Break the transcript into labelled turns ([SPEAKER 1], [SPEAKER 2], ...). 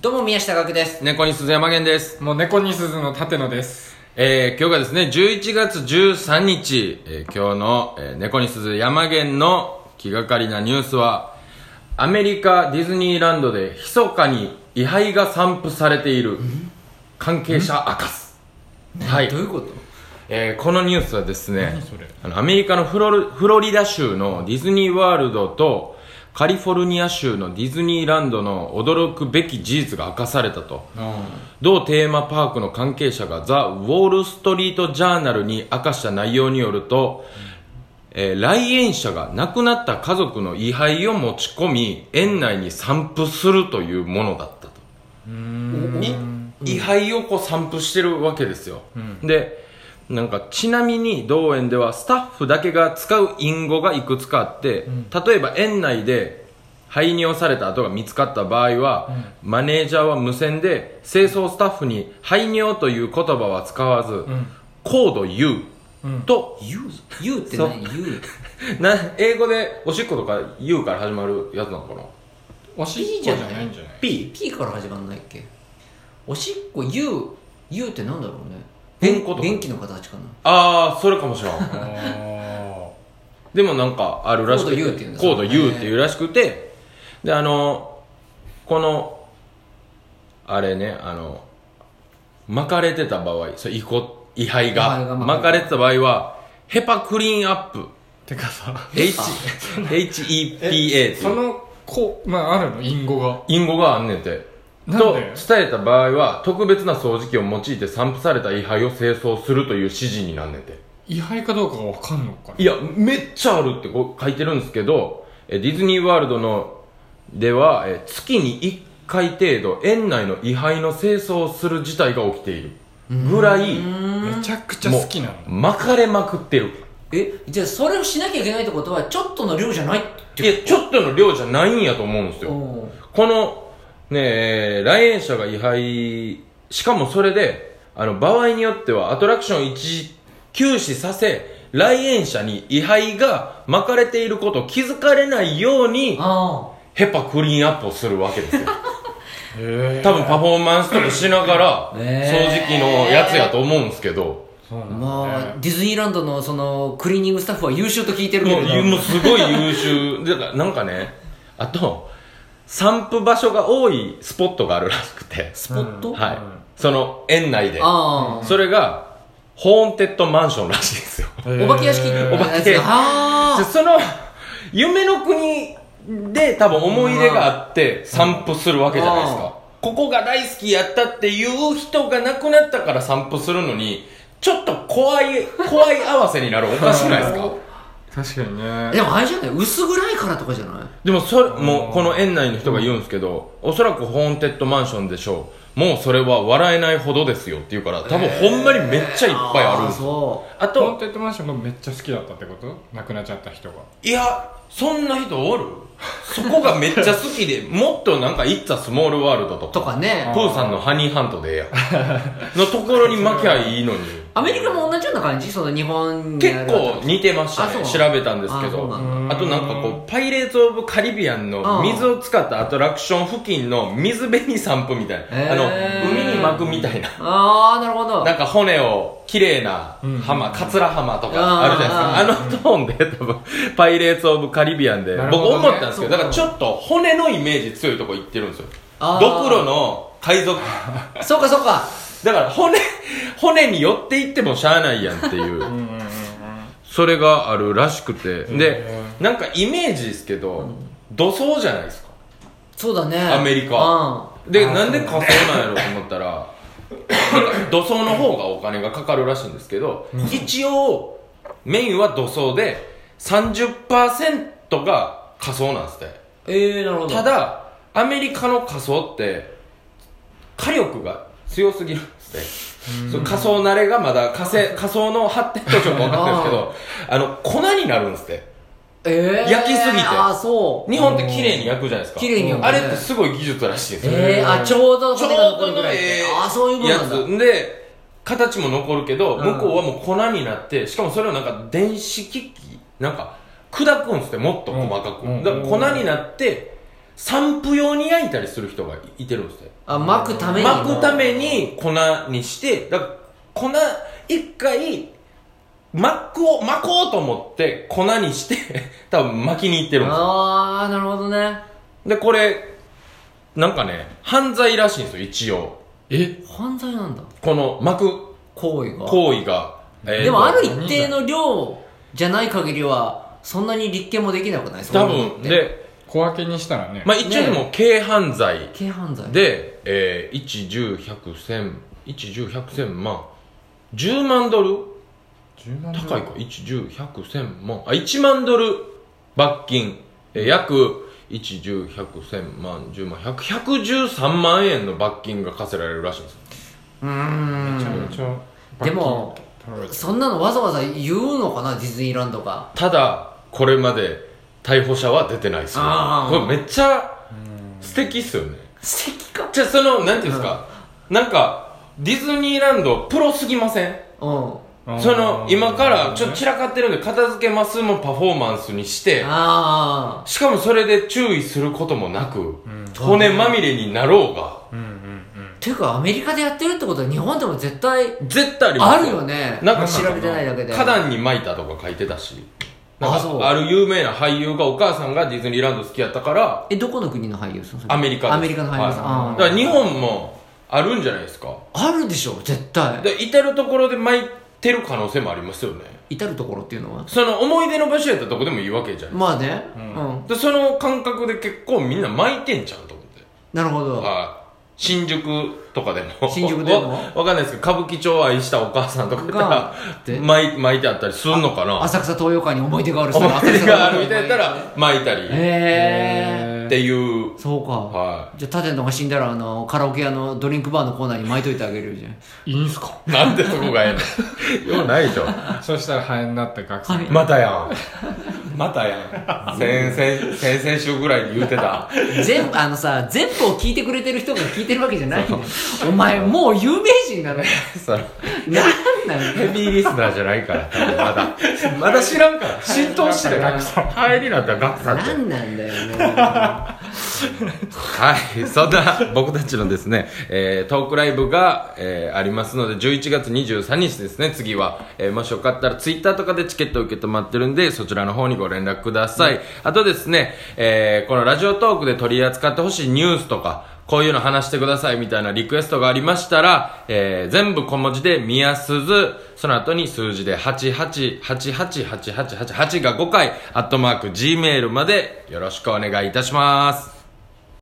[SPEAKER 1] どうも宮下岳です
[SPEAKER 2] 猫に鈴山源です。
[SPEAKER 3] もう猫に鈴の立野です。
[SPEAKER 2] えー、今日がですね、11月13日、えー今日の、えー猫に鈴山源の気がかりなニュースは、アメリカディズニーランドで密かに位牌が散布されている関係者明かす。はい。
[SPEAKER 1] うこと
[SPEAKER 2] えーこのニュースはですね
[SPEAKER 3] それ
[SPEAKER 2] あのアメリカのフロルフロリダ州のディズニーワールドとカリフォルニア州のディズニーランドの驚くべき事実が明かされたと同テーマパークの関係者がザ・ウォール・ストリート・ジャーナルに明かした内容によると、えー来園者が亡くなった家族の位牌を持ち込み園内に散布するというものだったとに位牌をこう散布してるわけですよ、でなんかちなみに同園ではスタッフだけが使う隠語がいくつかあって、例えば園内で排尿された跡が見つかった場合は、マネージャーは無線で清掃スタッフに「排尿」という言葉は使わず「コード U」と
[SPEAKER 1] 言う言うって何言う
[SPEAKER 2] な英語でおしっことか「U」から始まるやつなのかな
[SPEAKER 3] おしっこじゃないんじゃない
[SPEAKER 2] P
[SPEAKER 1] P から始まんないっけおしっこ言う言うってなんだろうね
[SPEAKER 2] うんことか
[SPEAKER 1] 元気の形かな
[SPEAKER 2] ああそれかもしれん
[SPEAKER 3] あ
[SPEAKER 2] でもなんかあるらし
[SPEAKER 1] コ
[SPEAKER 2] く
[SPEAKER 1] ード U っていうんです
[SPEAKER 2] コ
[SPEAKER 1] ね
[SPEAKER 2] ード U っていうらしくてであのこのあれねあの巻かれてた場合そう遺骨遺
[SPEAKER 1] 遺
[SPEAKER 2] 灰
[SPEAKER 1] 灰
[SPEAKER 2] が
[SPEAKER 1] が巻
[SPEAKER 2] 巻
[SPEAKER 1] か
[SPEAKER 2] か
[SPEAKER 1] れて
[SPEAKER 2] れてた場合はヘパクリーンアップ
[SPEAKER 3] ーてかさ
[SPEAKER 2] H
[SPEAKER 1] あ
[SPEAKER 2] HEPA って
[SPEAKER 3] え
[SPEAKER 2] い
[SPEAKER 3] そうのこまああるの隠語が
[SPEAKER 2] 隠語があんねんて
[SPEAKER 3] なん
[SPEAKER 2] と
[SPEAKER 3] で
[SPEAKER 2] 伝えた場合は特別な掃除機を用いて散布された遺灰を清掃するという指示になんねんて
[SPEAKER 3] 位牌かどうかがわかんのかない
[SPEAKER 2] や、めっちゃあるってこう書いてるんですけど、えディズニーワールドのでは、え月に1回程度、園内の位牌の清掃をする事態が起きているぐらい、
[SPEAKER 3] めちゃくちゃ
[SPEAKER 2] もう
[SPEAKER 3] 好きなの
[SPEAKER 2] 巻かれまくってる。
[SPEAKER 1] えじゃあそれをしなきゃいけないってことはちょっとの量じゃないって
[SPEAKER 2] いや、ちょっとの量じゃないんやと思うんですよ。
[SPEAKER 1] お
[SPEAKER 2] この、ねえー来園者が違反、しかもそれで、あの、場合によってはアトラクションを一時休止させ、来園者に位牌が巻かれていることを気づかれないように、
[SPEAKER 1] あ
[SPEAKER 2] ヘパクリーンアップをするわ けですよ
[SPEAKER 3] へえ
[SPEAKER 2] 多分パフォーマンスとかしながら
[SPEAKER 1] ね
[SPEAKER 2] 掃
[SPEAKER 1] え
[SPEAKER 2] 除機のやつやと思うんですけど、
[SPEAKER 3] そうな
[SPEAKER 1] あ
[SPEAKER 3] んだ
[SPEAKER 1] まあ
[SPEAKER 3] ね
[SPEAKER 1] ディズニーランドのそのクリーニングスタッフは優秀と聞いてるけ
[SPEAKER 2] も
[SPEAKER 1] ど
[SPEAKER 2] うもうすごい優秀だからなんかねあと散布場所が多いスポットがあるらしくて
[SPEAKER 1] スポット、
[SPEAKER 2] はい、その園内で
[SPEAKER 1] ああ
[SPEAKER 2] それがホーンテッドマンションらしいんですよ
[SPEAKER 3] へー
[SPEAKER 1] お化け屋敷
[SPEAKER 2] お化け
[SPEAKER 1] やつあ
[SPEAKER 2] で
[SPEAKER 1] あ
[SPEAKER 2] その夢の国で多分思い出があって散布するわけじゃないで
[SPEAKER 1] う
[SPEAKER 2] す
[SPEAKER 1] ん
[SPEAKER 2] かここが大好きやったっていう人が亡くなったから散布するのにちょっと怖い怖い合わせになるおかしくないですか
[SPEAKER 3] 確かにね
[SPEAKER 1] でもあれじゃない薄暗いからとかじゃない
[SPEAKER 2] でもそれもうこの園内の人が言うんですけどおそらくホーンテッドマンションでしょうもうそれは笑えないほどですよって言うから多分ほんまにめっちゃいっぱいあるん
[SPEAKER 1] ー
[SPEAKER 2] ですよ
[SPEAKER 1] そ
[SPEAKER 2] あ
[SPEAKER 3] ホーン
[SPEAKER 2] と
[SPEAKER 3] テッドマンションがめっちゃ好きだったってこと亡くなっちゃった人が
[SPEAKER 2] いやそんな人おるそこがめっちゃ好きで もっとなんか「イッツ・スモール・ワールド」と
[SPEAKER 1] う
[SPEAKER 2] か
[SPEAKER 1] とかね
[SPEAKER 2] プーさんのハニーハントでええやんのところに負けゃいいのに
[SPEAKER 1] アメリカも同じような感じその日本に
[SPEAKER 2] 結
[SPEAKER 1] ある
[SPEAKER 2] 構似てました
[SPEAKER 1] あそう
[SPEAKER 2] ね調べたんですけ
[SPEAKER 1] あそうな
[SPEAKER 2] ど
[SPEAKER 1] んだ
[SPEAKER 2] あとなんかこうパイレーツ・オブ・カリビア
[SPEAKER 1] う
[SPEAKER 2] ンの
[SPEAKER 1] ん
[SPEAKER 2] 水を使ったアトラクション付近の水辺に散布みたい
[SPEAKER 1] へー
[SPEAKER 2] なあの海に巻くみたいな
[SPEAKER 1] ああなるほど
[SPEAKER 2] なんか骨を綺麗な浜桂浜とかあるじゃないですかあのトーンで多分パイレーツ・オブ・カリビアンで
[SPEAKER 3] なる
[SPEAKER 2] 僕
[SPEAKER 3] ほどね
[SPEAKER 2] 思ったんですけど
[SPEAKER 1] そう
[SPEAKER 2] だからちょっと骨のイメージ強いとこ行ってるんですよ
[SPEAKER 1] あー
[SPEAKER 2] ドクロの海 賊
[SPEAKER 1] そうかそうか
[SPEAKER 2] だから骨、骨に寄っていってもしゃあないやんっていうう。
[SPEAKER 3] んうんうんうん
[SPEAKER 2] それがあるらしくて。で
[SPEAKER 3] へ、
[SPEAKER 2] なんかイメージですけど、土葬じゃないですか。
[SPEAKER 1] そうだね
[SPEAKER 2] アメリカ
[SPEAKER 1] う
[SPEAKER 2] で、
[SPEAKER 3] あー
[SPEAKER 2] なんで仮葬なんやろうと思ったら、なんか土葬の方がお金がかかるらしいんですけど、一応、メインは土葬で、30%が仮葬なんですって。
[SPEAKER 1] んええなるほど
[SPEAKER 2] ただ、アメリカの仮想って、火力が強すぎるんですね。そう仮想慣れがまだ仮せ仮想の発展途上が分かってるんですけど、あの、粉になるんですって。
[SPEAKER 1] ええ
[SPEAKER 2] 焼きすぎて
[SPEAKER 1] ああそう
[SPEAKER 2] 日本って綺麗に焼くじゃないですか。
[SPEAKER 1] 綺麗に焼くね
[SPEAKER 2] あれってすごい技術らしいんですよ。
[SPEAKER 1] ええあちょうど
[SPEAKER 2] ちょう
[SPEAKER 1] 骨が残
[SPEAKER 2] ど
[SPEAKER 1] るぐ
[SPEAKER 2] の
[SPEAKER 1] らい
[SPEAKER 2] ええ
[SPEAKER 1] ああそういうもん
[SPEAKER 2] や
[SPEAKER 1] なんだ
[SPEAKER 2] つ。で、形も残るけど、
[SPEAKER 1] うん
[SPEAKER 2] 向こうはもう粉になって、しかもそれをなんか電子機器なんか砕くんですって、もっと細かく。
[SPEAKER 3] うん
[SPEAKER 2] だから粉になって、散布用に焼いたりする人がいてるんですって
[SPEAKER 1] あ巻くために
[SPEAKER 2] 巻くために粉にしてだから粉一回巻くを巻こうと思って粉にして 多分巻きにいってるんですよ
[SPEAKER 1] ああなるほどね
[SPEAKER 2] でこれなんかね犯罪らしいんですよ一応
[SPEAKER 3] え
[SPEAKER 1] 犯罪なんだ
[SPEAKER 2] この巻く
[SPEAKER 1] 行為が
[SPEAKER 2] 行為が、えーと
[SPEAKER 1] でもある一定の量じゃない限りはそんなに立件もできなくない
[SPEAKER 2] 多分
[SPEAKER 1] で
[SPEAKER 2] で、
[SPEAKER 3] 小分けにしたらね、
[SPEAKER 2] まあ、一応でも軽犯罪
[SPEAKER 1] 軽犯罪
[SPEAKER 2] で、えー、1、10、100、1000、1、10、100、1000万、10万ドル
[SPEAKER 3] 10万
[SPEAKER 2] 高いか、1、10、100、1000万、あ、1万ドル罰金、えー、約1、10、100、1000万、10万、100、113万円の罰金が課せられるらしいんです。
[SPEAKER 1] う
[SPEAKER 3] めちゃ
[SPEAKER 1] ーん
[SPEAKER 3] めちゃ
[SPEAKER 1] でも
[SPEAKER 3] 罰金取られてる
[SPEAKER 1] そんなのわざわざ言うのかなディズニーランドが
[SPEAKER 2] ただ、これまで逮捕者は出てないですね
[SPEAKER 1] あ。ー
[SPEAKER 2] これめっちゃ素敵っすよね。
[SPEAKER 1] 素敵か
[SPEAKER 2] じゃあ、その、なんていうんですか、なんか、ディズニーランドプロすぎません
[SPEAKER 1] うん
[SPEAKER 3] うん
[SPEAKER 2] その今からちょっと
[SPEAKER 3] なる
[SPEAKER 2] 散らかってるんで片付けますもパフォーマンスにして
[SPEAKER 1] あ
[SPEAKER 2] しかもそれで注意することもなく、
[SPEAKER 3] ん
[SPEAKER 2] 骨まみれになろうが
[SPEAKER 3] ほどねうんうんうん
[SPEAKER 1] あていうかアメリカでやってるってことは日本でも絶対
[SPEAKER 2] 絶対あります
[SPEAKER 1] あるよね
[SPEAKER 2] なんか
[SPEAKER 1] 調べてないだけで
[SPEAKER 2] 花壇に巻いたとか書いてたしなん
[SPEAKER 1] あそう
[SPEAKER 2] かある有名な俳優がお母さんがディズニーランド好きやったから
[SPEAKER 1] えどこの国の俳優さんそれ
[SPEAKER 2] アメリカです
[SPEAKER 1] アメリカの俳優さん、
[SPEAKER 2] は
[SPEAKER 1] あ
[SPEAKER 2] い
[SPEAKER 1] ー
[SPEAKER 2] だから日本もあるんじゃないですか
[SPEAKER 1] あるでしょ絶対
[SPEAKER 2] で至る所で巻いてる可能性もありますよね
[SPEAKER 1] 至る所っていうのは
[SPEAKER 2] その思い出の場所やったらどこでもいいわけじゃない
[SPEAKER 1] まあねうんん、
[SPEAKER 2] でその感覚で結構みんな巻いてんじゃんと思って
[SPEAKER 1] なるほど
[SPEAKER 2] はい新宿とかでも
[SPEAKER 1] 新宿でも
[SPEAKER 2] わわかんないですけど歌舞伎町を愛したお母さんとか
[SPEAKER 1] が
[SPEAKER 2] やった
[SPEAKER 1] で
[SPEAKER 2] ら巻い巻いてあったりするのかな
[SPEAKER 1] 浅草東洋館に思い出がある人
[SPEAKER 2] 思
[SPEAKER 1] が
[SPEAKER 2] い出があるみたいだったら巻いたりっ
[SPEAKER 1] へえ
[SPEAKER 2] ていう
[SPEAKER 1] そうか、
[SPEAKER 2] は
[SPEAKER 1] じゃあタテンとか死んだらあのカラオケ屋のドリンクバーのコーナーに巻いといてあげるよじゃん
[SPEAKER 3] いいんすか
[SPEAKER 2] いなんでそこがええの ようないでしょ
[SPEAKER 3] そしたらハエになって学生
[SPEAKER 2] またやんまたや ん先々先々週ぐらいに言うてた
[SPEAKER 1] 全部あのさ全部を聞いてくれてる人が聞いてるわけじゃないよお前もう有名人なのよ
[SPEAKER 2] その
[SPEAKER 1] なんなの
[SPEAKER 2] ヘビーリスナーじゃないから多分まだ まだ知らんから浸透してる学さん入りなんだ学さんって
[SPEAKER 1] なんなんだよね
[SPEAKER 2] はい、そんな僕たちのですね、えートークライブが、えーありますので、11月23日ですね、次は。えーもしよかったら、ツイッターとかでチケットを受け止まってるんで、そちらの方にご連絡ください。あとですね、えーこのラジオトークで取り扱ってほしいニュースとか、こういうの話してくださいみたいなリクエストがありましたら、えー全部小文字で、宮鈴、その後に数字で8888888が5回、アットマーク Gmail までよろしくお願いいたします。